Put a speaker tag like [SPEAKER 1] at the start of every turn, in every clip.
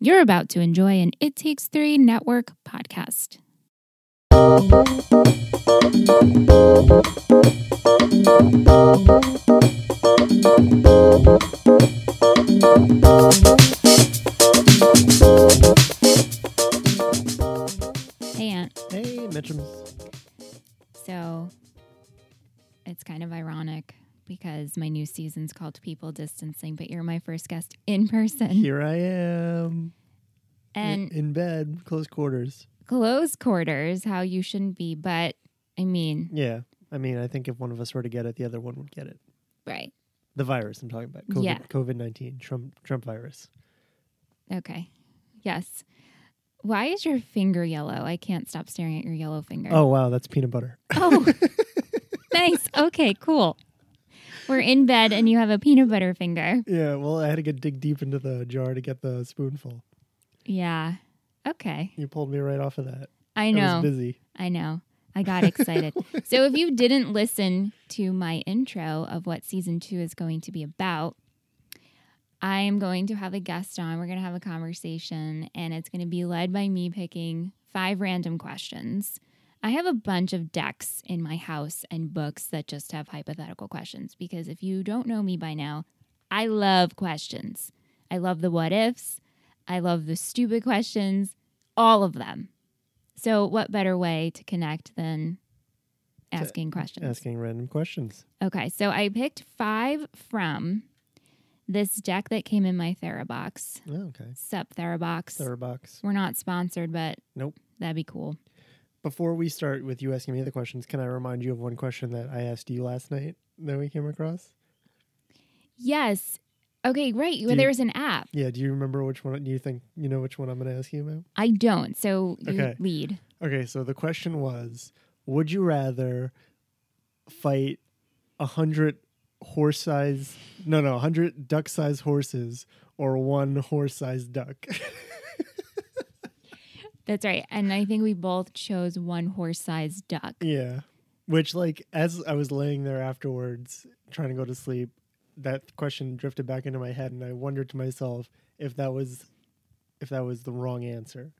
[SPEAKER 1] You're about to enjoy an It Takes Three Network podcast. Hey, Aunt.
[SPEAKER 2] Hey, Mitchums.
[SPEAKER 1] So it's kind of ironic because my new season's called People Distancing, but you're my first guest in person.
[SPEAKER 2] Here I am. i-
[SPEAKER 1] And
[SPEAKER 2] in bed, close quarters.
[SPEAKER 1] close quarters, how you shouldn't be, but I mean,
[SPEAKER 2] Yeah. I mean, I think if one of us were to get it, the other one would get it.
[SPEAKER 1] right.
[SPEAKER 2] The virus I'm talking about. COVID,
[SPEAKER 1] Yeah.
[SPEAKER 2] COVID 19, Trump, Trump virus.
[SPEAKER 1] Okay. Yes. Why is your finger yellow? I can't stop staring at your yellow finger.
[SPEAKER 2] Oh, wow. That's peanut butter.
[SPEAKER 1] Oh. nice. Okay, cool. We're in bed and you have a peanut butter finger.
[SPEAKER 2] Yeah. Well, I had to get dig deep into the jar to get the spoonful.
[SPEAKER 1] Yeah. Okay.
[SPEAKER 2] You pulled me right off of that.
[SPEAKER 1] I
[SPEAKER 2] I
[SPEAKER 1] know.
[SPEAKER 2] was busy.
[SPEAKER 1] I know. I got excited. so if you didn't listen to my intro of what season 2 is going to be about, I am going to have a guest on. We're going to have a conversation and it's going to be led by me picking five random questions. I have a bunch of decks in my house and books that just have hypothetical questions because if you don't know me by now, I love questions. I love the what ifs. I love the stupid questions, all of them. So, what better way to connect than asking questions?
[SPEAKER 2] Asking random questions.
[SPEAKER 1] Okay, so I picked five from this deck that came in my Therabox.
[SPEAKER 2] Oh, okay.
[SPEAKER 1] Sup, Therabox.
[SPEAKER 2] Starbucks.
[SPEAKER 1] We're not sponsored, but
[SPEAKER 2] Nope.
[SPEAKER 1] that'd be cool.
[SPEAKER 2] Before we start with you asking me the questions, can I remind you of one question that I asked you last night that we came across?
[SPEAKER 1] Yes. Okay, right.
[SPEAKER 2] you-
[SPEAKER 1] there's an app.
[SPEAKER 2] Yeah. Do you remember which one? Do you think you know which one I'm going to ask you about?
[SPEAKER 1] I don't, so you
[SPEAKER 2] Okay.
[SPEAKER 1] lead.
[SPEAKER 2] Okay, so the question was Would you rather fight a 100 horse size, no, no, a 100 duck sized horses or one horse sized duck?
[SPEAKER 1] That's right. And I think we both chose one horse sized duck.
[SPEAKER 2] yeah. Which, like, as I was laying there afterwards trying to go to sleep, that question drifted back into my head and I wondered to myself if that was if that was the wrong answer.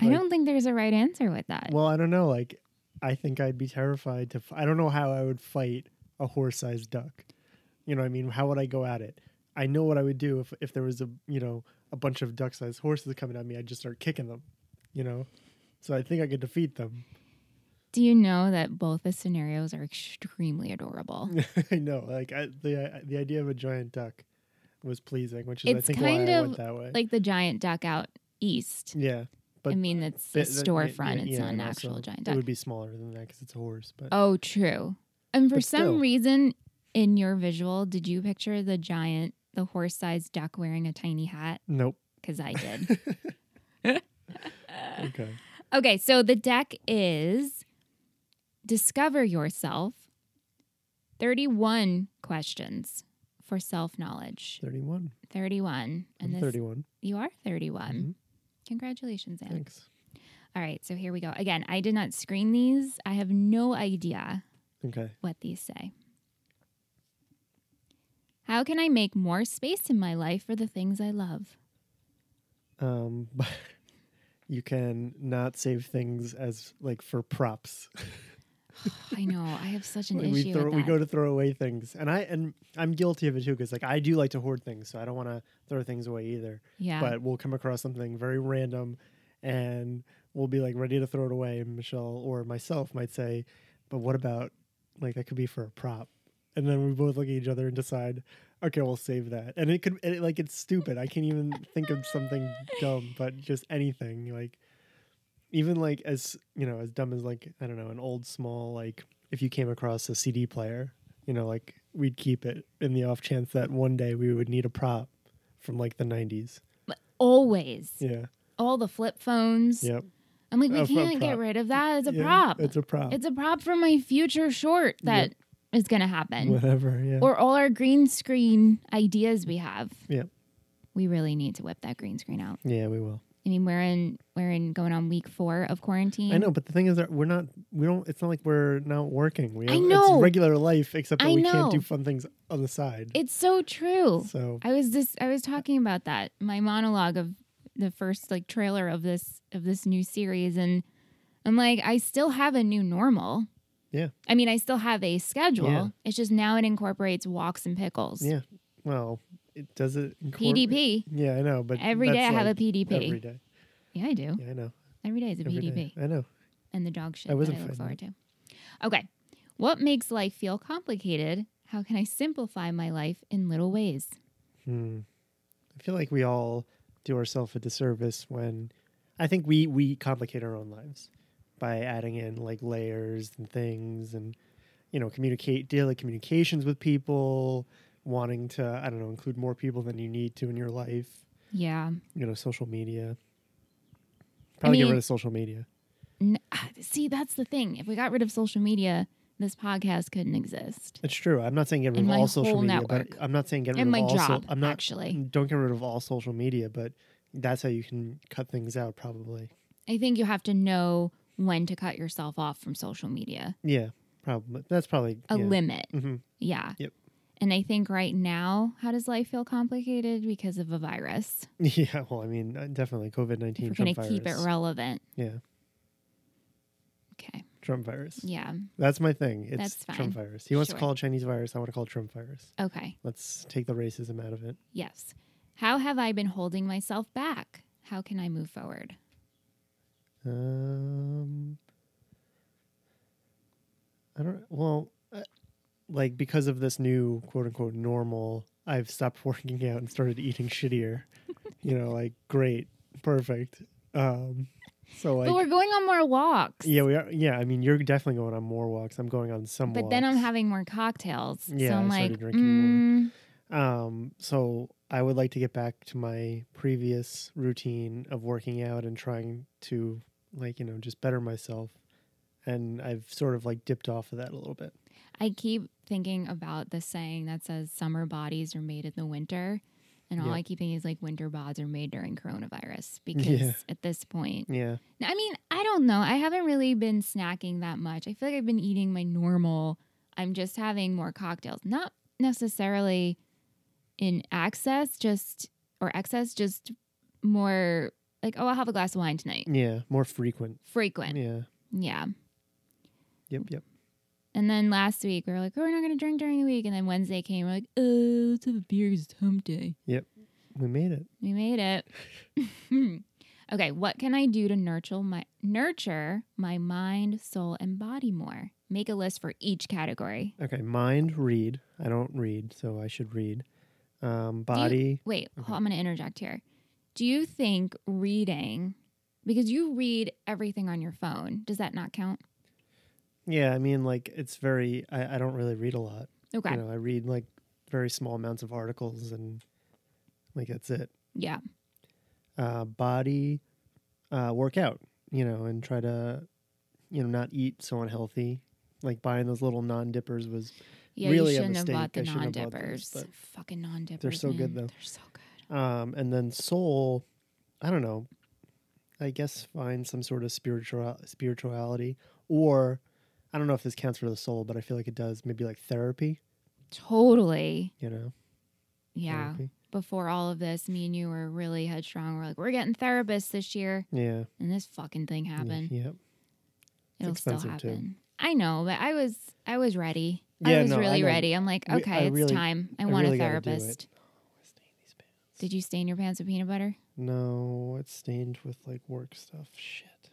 [SPEAKER 1] I
[SPEAKER 2] Like-
[SPEAKER 1] don't think there's a right answer with that.
[SPEAKER 2] Well, I don't know, like I think I'd be terrified to f- I don't know how I would fight a horse-sized duck. You know, what I mean, how would I go at it? I know what I would do if if there was a, you know, a bunch of duck-sized horses coming at me, I'd just start kicking them, you know. So I think I could defeat them.
[SPEAKER 1] Do you know that both the scenarios are extremely adorable?
[SPEAKER 2] I know, like I, the the idea of a giant duck was pleasing, which is I
[SPEAKER 1] It's
[SPEAKER 2] think
[SPEAKER 1] kind
[SPEAKER 2] why I
[SPEAKER 1] of
[SPEAKER 2] went that way.
[SPEAKER 1] like the giant duck out east.
[SPEAKER 2] yeah, but
[SPEAKER 1] I mean, it's a
[SPEAKER 2] but- yeah,
[SPEAKER 1] storefront.
[SPEAKER 2] yeah,
[SPEAKER 1] it's
[SPEAKER 2] yeah,
[SPEAKER 1] not an
[SPEAKER 2] and also
[SPEAKER 1] actual giant
[SPEAKER 2] It
[SPEAKER 1] duck.
[SPEAKER 2] would be smaller than that because it's a horse. But
[SPEAKER 1] Oh, true. And for
[SPEAKER 2] But
[SPEAKER 1] some
[SPEAKER 2] still.
[SPEAKER 1] reason, in your visual, did you picture the giant, the horse-sized duck wearing a tiny hat?
[SPEAKER 2] nope.
[SPEAKER 1] Because I did.
[SPEAKER 2] Okay.
[SPEAKER 1] okay, so the deck is discover yourself. Thirty-one questions for self-knowledge.
[SPEAKER 2] Thirty-one.
[SPEAKER 1] Thirty-one, and
[SPEAKER 2] I'm
[SPEAKER 1] this
[SPEAKER 2] thirty-one.
[SPEAKER 1] you are 31
[SPEAKER 2] Mhm.
[SPEAKER 1] Congratulations, Anne.
[SPEAKER 2] Thanks.
[SPEAKER 1] All right, so here we go. Again, I did not screen these. I have no idea
[SPEAKER 2] Okay.
[SPEAKER 1] what these say. How can I make more space in my life for the things I love?
[SPEAKER 2] Um, you can not save things as like for props.
[SPEAKER 1] I know I have such an
[SPEAKER 2] Like,
[SPEAKER 1] issue.
[SPEAKER 2] we throw,
[SPEAKER 1] with
[SPEAKER 2] we
[SPEAKER 1] that.
[SPEAKER 2] go to throw away things, and I and I'm guilty of it too because like I do like to hoard things, so I don't want to throw things away either.
[SPEAKER 1] yeah,
[SPEAKER 2] But we'll come across something very random, and we'll be like ready to throw it away. And Michelle or myself might say, "But what about like that could be for a prop?" And then we both look at each other and decide, "Okay, we'll save that." And it could and it, like it's stupid. I can't even think of something dumb, but just anything like even like as you know as dumb as like I don't know an old small like if you came across a CD player, you know like we'd keep it in the off chance that one day we would need a prop from like the 90s.
[SPEAKER 1] always
[SPEAKER 2] Yeah.
[SPEAKER 1] all the flip phones.
[SPEAKER 2] Yep.
[SPEAKER 1] I'm like, we
[SPEAKER 2] A f- a
[SPEAKER 1] can't get
[SPEAKER 2] prop.
[SPEAKER 1] rid of that. It's a
[SPEAKER 2] Yeah,
[SPEAKER 1] prop.
[SPEAKER 2] It's a prop.
[SPEAKER 1] It's a prop for my future short that
[SPEAKER 2] Yep.
[SPEAKER 1] is gonna happen,
[SPEAKER 2] Whatever. Yeah.
[SPEAKER 1] or all our green screen ideas we have.
[SPEAKER 2] Yep.
[SPEAKER 1] we really need to whip that green screen out.
[SPEAKER 2] yeah, we will.
[SPEAKER 1] I mean, we're in we're in going on week four of quarantine.
[SPEAKER 2] I know, but the thing is that we're not. We don't. It's not like we're not working. We
[SPEAKER 1] I
[SPEAKER 2] have-
[SPEAKER 1] know.
[SPEAKER 2] It's regular life, except that
[SPEAKER 1] I
[SPEAKER 2] we can't
[SPEAKER 1] know.
[SPEAKER 2] do fun things on the side.
[SPEAKER 1] It's so true.
[SPEAKER 2] so
[SPEAKER 1] I was just I was talking about that. My monologue of the first like trailer of this of this new series and I'm like I still have a new normal.
[SPEAKER 2] Yeah.
[SPEAKER 1] I mean, I still have a schedule.
[SPEAKER 2] Yeah.
[SPEAKER 1] It's just now it incorporates walks and pickles.
[SPEAKER 2] Yeah. Well, it does it. incorpor-
[SPEAKER 1] PDP.
[SPEAKER 2] Yeah, I know. But
[SPEAKER 1] Every day I
[SPEAKER 2] that's
[SPEAKER 1] have a
[SPEAKER 2] like
[SPEAKER 1] PDP.
[SPEAKER 2] Every day.
[SPEAKER 1] Yeah, I do.
[SPEAKER 2] Yeah, I know.
[SPEAKER 1] Every day is a
[SPEAKER 2] Every day.
[SPEAKER 1] PDP
[SPEAKER 2] I know.
[SPEAKER 1] and the dog shit I
[SPEAKER 2] I
[SPEAKER 1] that I
[SPEAKER 2] wasn't
[SPEAKER 1] look
[SPEAKER 2] fighting
[SPEAKER 1] forward to. Okay. What makes life feel complicated? How can I simplify my life in little ways?
[SPEAKER 2] Hmm. I feel like we all do ourselves a disservice when I think we we complicate our own lives by adding in like layers and things and you know communicate daily communications with people wanting to I don't know include more people than you need to in your life
[SPEAKER 1] Yeah.
[SPEAKER 2] you know social media probably get
[SPEAKER 1] mean-
[SPEAKER 2] rid of social media
[SPEAKER 1] N- ah, See, that's the thing. If we got rid of social media, this podcast couldn't exist.
[SPEAKER 2] it's true I'm not saying get rid
[SPEAKER 1] And
[SPEAKER 2] of
[SPEAKER 1] my
[SPEAKER 2] all social
[SPEAKER 1] whole
[SPEAKER 2] media
[SPEAKER 1] network.
[SPEAKER 2] but I'm not saying get rid
[SPEAKER 1] And
[SPEAKER 2] of
[SPEAKER 1] my
[SPEAKER 2] all so-
[SPEAKER 1] job,
[SPEAKER 2] I'm not Mm.
[SPEAKER 1] actually.
[SPEAKER 2] don't get rid of all social media but that's how you can cut things out probably
[SPEAKER 1] I think you have to know when to cut yourself off from social media.
[SPEAKER 2] Yeah, probably. That's probably
[SPEAKER 1] A
[SPEAKER 2] yeah.
[SPEAKER 1] limit.
[SPEAKER 2] hmm
[SPEAKER 1] Yeah.
[SPEAKER 2] Yep.
[SPEAKER 1] And I think right now, how does life feel complicated? Because of a virus.
[SPEAKER 2] Yeah. Well, I mean, uh, definitely COVID
[SPEAKER 1] If
[SPEAKER 2] nineteen
[SPEAKER 1] we're
[SPEAKER 2] Trump
[SPEAKER 1] going to
[SPEAKER 2] virus.
[SPEAKER 1] keep it relevant.
[SPEAKER 2] Yeah,
[SPEAKER 1] Okay.
[SPEAKER 2] Trump virus.
[SPEAKER 1] Yeah.
[SPEAKER 2] That's my thing. It's
[SPEAKER 1] That's fine.
[SPEAKER 2] Trump virus. He wants
[SPEAKER 1] Sure.
[SPEAKER 2] to call it Chinese virus. I want to call it Trump virus.
[SPEAKER 1] Okay.
[SPEAKER 2] Let's take the racism out of it.
[SPEAKER 1] Yes. How have I been holding myself back? How can I move forward?
[SPEAKER 2] Um, I don't. Well, uh, like because of this new quote unquote normal, I've stopped working out and started eating shittier. you know, like great, perfect. Um, so like.
[SPEAKER 1] but we're going on more walks.
[SPEAKER 2] Yeah, we are. Yeah, I mean, you're definitely going on more walks. I'm going on some.
[SPEAKER 1] But
[SPEAKER 2] walks.
[SPEAKER 1] then I'm having more cocktails. so
[SPEAKER 2] Yeah,
[SPEAKER 1] I'm
[SPEAKER 2] I started
[SPEAKER 1] like,
[SPEAKER 2] drinking more.
[SPEAKER 1] mm,
[SPEAKER 2] Um, so I would like to get back to my previous routine of working out and trying to, like, you know, just better myself. And I've sort of like dipped off of that a little bit.
[SPEAKER 1] I keep thinking about the saying that says summer bodies are made in the winter. And all
[SPEAKER 2] Yeah.
[SPEAKER 1] I keep thinking is like winter bods are made during coronavirus because
[SPEAKER 2] Yeah.
[SPEAKER 1] at this point,
[SPEAKER 2] Yeah,
[SPEAKER 1] I mean, I don't know. I haven't really been snacking that much. I feel like I've been eating my normal. I'm just having more cocktails, not necessarily in access, just or excess, just more like, oh, I'll have a glass of wine tonight.
[SPEAKER 2] yeah, more frequent.
[SPEAKER 1] Frequent.
[SPEAKER 2] Mm. Yeah,
[SPEAKER 1] Yeah.
[SPEAKER 2] yep, yep.
[SPEAKER 1] And then last week we were like, oh, we're not going to drink during the week. And then Wednesday came, we're like, oh, let's have a beer 'cause it's hump day.
[SPEAKER 2] We made it.
[SPEAKER 1] We made it. okay, what can I do to nurture my nurture my mind, soul, and body more? Make a list for each category.
[SPEAKER 2] Okay, mind read. I don't read, so I should read. Um, body.
[SPEAKER 1] Wait,
[SPEAKER 2] Okay.
[SPEAKER 1] ho- I'm going to interject here. Do you think reading because you read everything on your phone, does that not count?
[SPEAKER 2] Yeah, I mean, like it's very. I, I don't really read a lot.
[SPEAKER 1] Okay.
[SPEAKER 2] you know i read like very small amounts of articles and like that's it
[SPEAKER 1] Yeah.
[SPEAKER 2] uh body uh work out you know and try to you know not eat so unhealthy like buying those little non-dippers was
[SPEAKER 1] Yeah,
[SPEAKER 2] Really a
[SPEAKER 1] you shouldn't have bought the
[SPEAKER 2] mistake. I
[SPEAKER 1] non
[SPEAKER 2] shouldn't have bought those,
[SPEAKER 1] dippers.
[SPEAKER 2] but
[SPEAKER 1] Fucking non dippers.
[SPEAKER 2] so good, though.
[SPEAKER 1] They're so good.
[SPEAKER 2] um and then soul i don't know i guess find some sort of spiritual spirituality or i don't know if this counts for the soul but i feel like it does maybe like therapy
[SPEAKER 1] Totally.
[SPEAKER 2] you know
[SPEAKER 1] Yeah.
[SPEAKER 2] therapy.
[SPEAKER 1] Before all of this, me and you were really headstrong. We're like, we're getting therapists this year.
[SPEAKER 2] yeah
[SPEAKER 1] and this fucking thing happened.
[SPEAKER 2] yeah
[SPEAKER 1] It'll still
[SPEAKER 2] expensive, too.
[SPEAKER 1] happen. I know, but I was I was ready. I
[SPEAKER 2] Yeah,
[SPEAKER 1] was
[SPEAKER 2] no, I
[SPEAKER 1] really
[SPEAKER 2] know.
[SPEAKER 1] ready. I'm like,
[SPEAKER 2] We- I
[SPEAKER 1] okay, it's
[SPEAKER 2] really-
[SPEAKER 1] time. I,
[SPEAKER 2] I
[SPEAKER 1] want a
[SPEAKER 2] really gotta do
[SPEAKER 1] therapist.
[SPEAKER 2] it.
[SPEAKER 1] Did you stain your pants with peanut butter?
[SPEAKER 2] No, it's stained with like work stuff. Shit.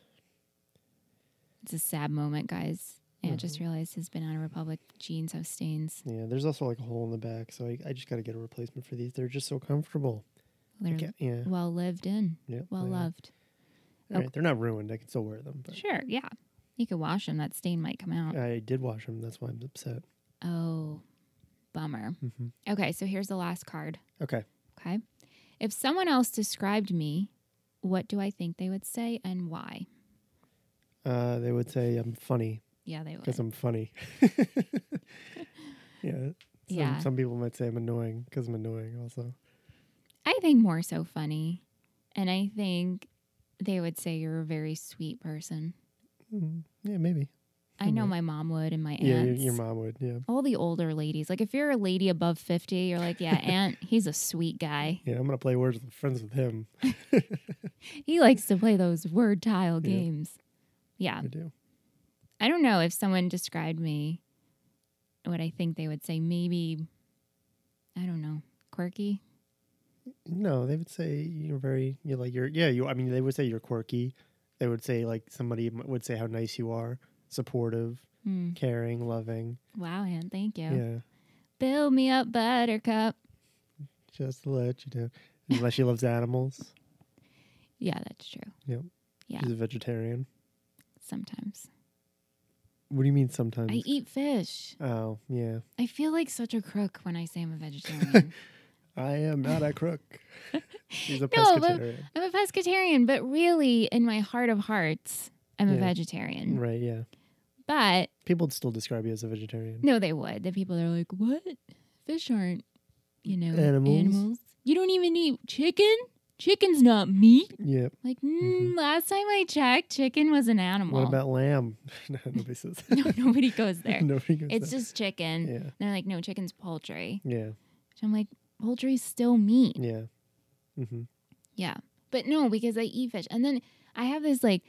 [SPEAKER 1] It's a sad moment, guys. Yeah,
[SPEAKER 2] Mm-hmm.
[SPEAKER 1] I just realized his Banana Republic jeans have stains.
[SPEAKER 2] Yeah, there's also like a hole in the back, so I, I just got to get a replacement for these. They're just so comfortable. I
[SPEAKER 1] They're
[SPEAKER 2] can't- yeah. Oh,
[SPEAKER 1] well lived in,
[SPEAKER 2] yeah.
[SPEAKER 1] well
[SPEAKER 2] they are.
[SPEAKER 1] loved. Oh.
[SPEAKER 2] All right, They're not ruined. I can still wear them. But
[SPEAKER 1] Sure, yeah. You could wash them. That stain might come out.
[SPEAKER 2] I did wash them. That's why I'm upset.
[SPEAKER 1] Oh, bummer.
[SPEAKER 2] Mhm.
[SPEAKER 1] Okay, so here's the last card.
[SPEAKER 2] Okay.
[SPEAKER 1] Okay. If someone else described me, what do I think they would say and why?
[SPEAKER 2] Uh, they would say I'm funny
[SPEAKER 1] Yeah, they would.
[SPEAKER 2] because I'm funny. yeah. Some,
[SPEAKER 1] Yeah.
[SPEAKER 2] Some people might say I'm annoying because I'm annoying. Also.
[SPEAKER 1] I think more so funny. And I think they would say you're a very sweet person.
[SPEAKER 2] Mm, yeah, maybe.
[SPEAKER 1] I know
[SPEAKER 2] Mhm.
[SPEAKER 1] my mom would and my aunts.
[SPEAKER 2] Yeah, your, your mom would. Yeah.
[SPEAKER 1] All the older ladies. Like if you're a lady above 50, you're like, yeah, aunt, he's a sweet guy.
[SPEAKER 2] Yeah, I'm gonna play words with friends with him.
[SPEAKER 1] He likes to play those word tile
[SPEAKER 2] Yeah.
[SPEAKER 1] games. Yeah.
[SPEAKER 2] I do.
[SPEAKER 1] I don't know if someone described me what I think they would say. Maybe, I don't know, quirky.
[SPEAKER 2] No, they would say you're very you like you're yeah you. I mean, they would say you're quirky. They would say like somebody m- would say how nice you are, supportive,
[SPEAKER 1] Hmm.
[SPEAKER 2] caring, loving.
[SPEAKER 1] Wow, Ann, thank you.
[SPEAKER 2] Yeah,
[SPEAKER 1] Build me up, Buttercup.
[SPEAKER 2] just to let you down. Unless she loves animals,
[SPEAKER 1] Yeah, that's true.
[SPEAKER 2] she's a vegetarian.
[SPEAKER 1] Sometimes
[SPEAKER 2] What do you mean sometimes?
[SPEAKER 1] I eat fish.
[SPEAKER 2] oh yeah,
[SPEAKER 1] I feel like such a crook when I say I'm a vegetarian.
[SPEAKER 2] I am not a crook. she's a
[SPEAKER 1] No, but-
[SPEAKER 2] pescatarian.
[SPEAKER 1] I'm a pescatarian, but really, in my heart of hearts, I'm a
[SPEAKER 2] Yeah.
[SPEAKER 1] vegetarian.
[SPEAKER 2] Right? Yeah,
[SPEAKER 1] But
[SPEAKER 2] people would still describe you as a vegetarian.
[SPEAKER 1] No, they would. The people that are like, what? Fish aren't, you know,
[SPEAKER 2] Animals.
[SPEAKER 1] animals. You don't even eat chicken? Chicken's not meat.
[SPEAKER 2] Yeah.
[SPEAKER 1] Like, mm, last time I checked, chicken was an animal.
[SPEAKER 2] Mm-hmm. What about lamb? no, nobody says. that.
[SPEAKER 1] no, nobody goes there.
[SPEAKER 2] nobody goes.
[SPEAKER 1] it's
[SPEAKER 2] that.
[SPEAKER 1] just chicken.
[SPEAKER 2] yeah,
[SPEAKER 1] And they're like, no, chicken's poultry.
[SPEAKER 2] yeah,
[SPEAKER 1] So I'm like, poultry's still meat.
[SPEAKER 2] yeah. Mm-hmm.
[SPEAKER 1] Yeah. But no, because I eat fish. And then I have this like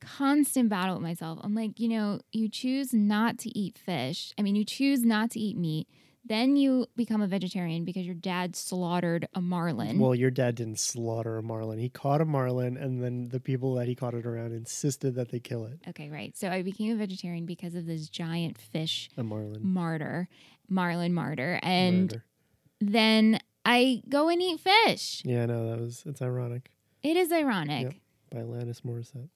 [SPEAKER 1] constant battle with myself. I'm like, you know, you choose not to eat fish. I mean, you choose not to eat meat. Then you become a vegetarian because your dad slaughtered a marlin.
[SPEAKER 2] Well, your dad didn't slaughter a marlin. He caught a marlin, and then the people that he caught it around insisted that they kill it.
[SPEAKER 1] okay, right. So I became a vegetarian because of this giant fish
[SPEAKER 2] A marlin.
[SPEAKER 1] martyr, marlin martyr. And
[SPEAKER 2] murder.
[SPEAKER 1] then I go and eat fish.
[SPEAKER 2] yeah, no, that was it's ironic
[SPEAKER 1] It is ironic.
[SPEAKER 2] by Lannis Morissette.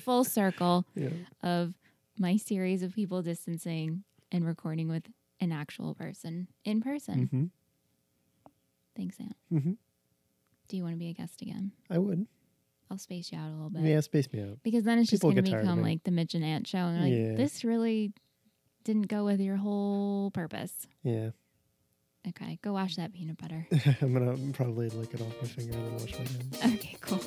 [SPEAKER 1] Full circle
[SPEAKER 2] Yeah,
[SPEAKER 1] of my series of people distancing and recording with an actual person in person.
[SPEAKER 2] hmm
[SPEAKER 1] Thanks, Aunt.
[SPEAKER 2] Mhm.
[SPEAKER 1] Do you want to be a guest again?
[SPEAKER 2] I would.
[SPEAKER 1] I'll space you out a little bit.
[SPEAKER 2] yeah, space me out.
[SPEAKER 1] Because then it's just
[SPEAKER 2] People
[SPEAKER 1] going to
[SPEAKER 2] get tired of
[SPEAKER 1] become
[SPEAKER 2] me.
[SPEAKER 1] like the Mitch and Aunt show. And like,
[SPEAKER 2] Yeah.
[SPEAKER 1] this really didn't go with your whole purpose.
[SPEAKER 2] Yeah,
[SPEAKER 1] Okay, go wash that peanut butter.
[SPEAKER 2] I'm gonna probably lick it off my finger and then wash my hands.
[SPEAKER 1] okay, cool.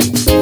[SPEAKER 2] Okay.
[SPEAKER 1] Bye.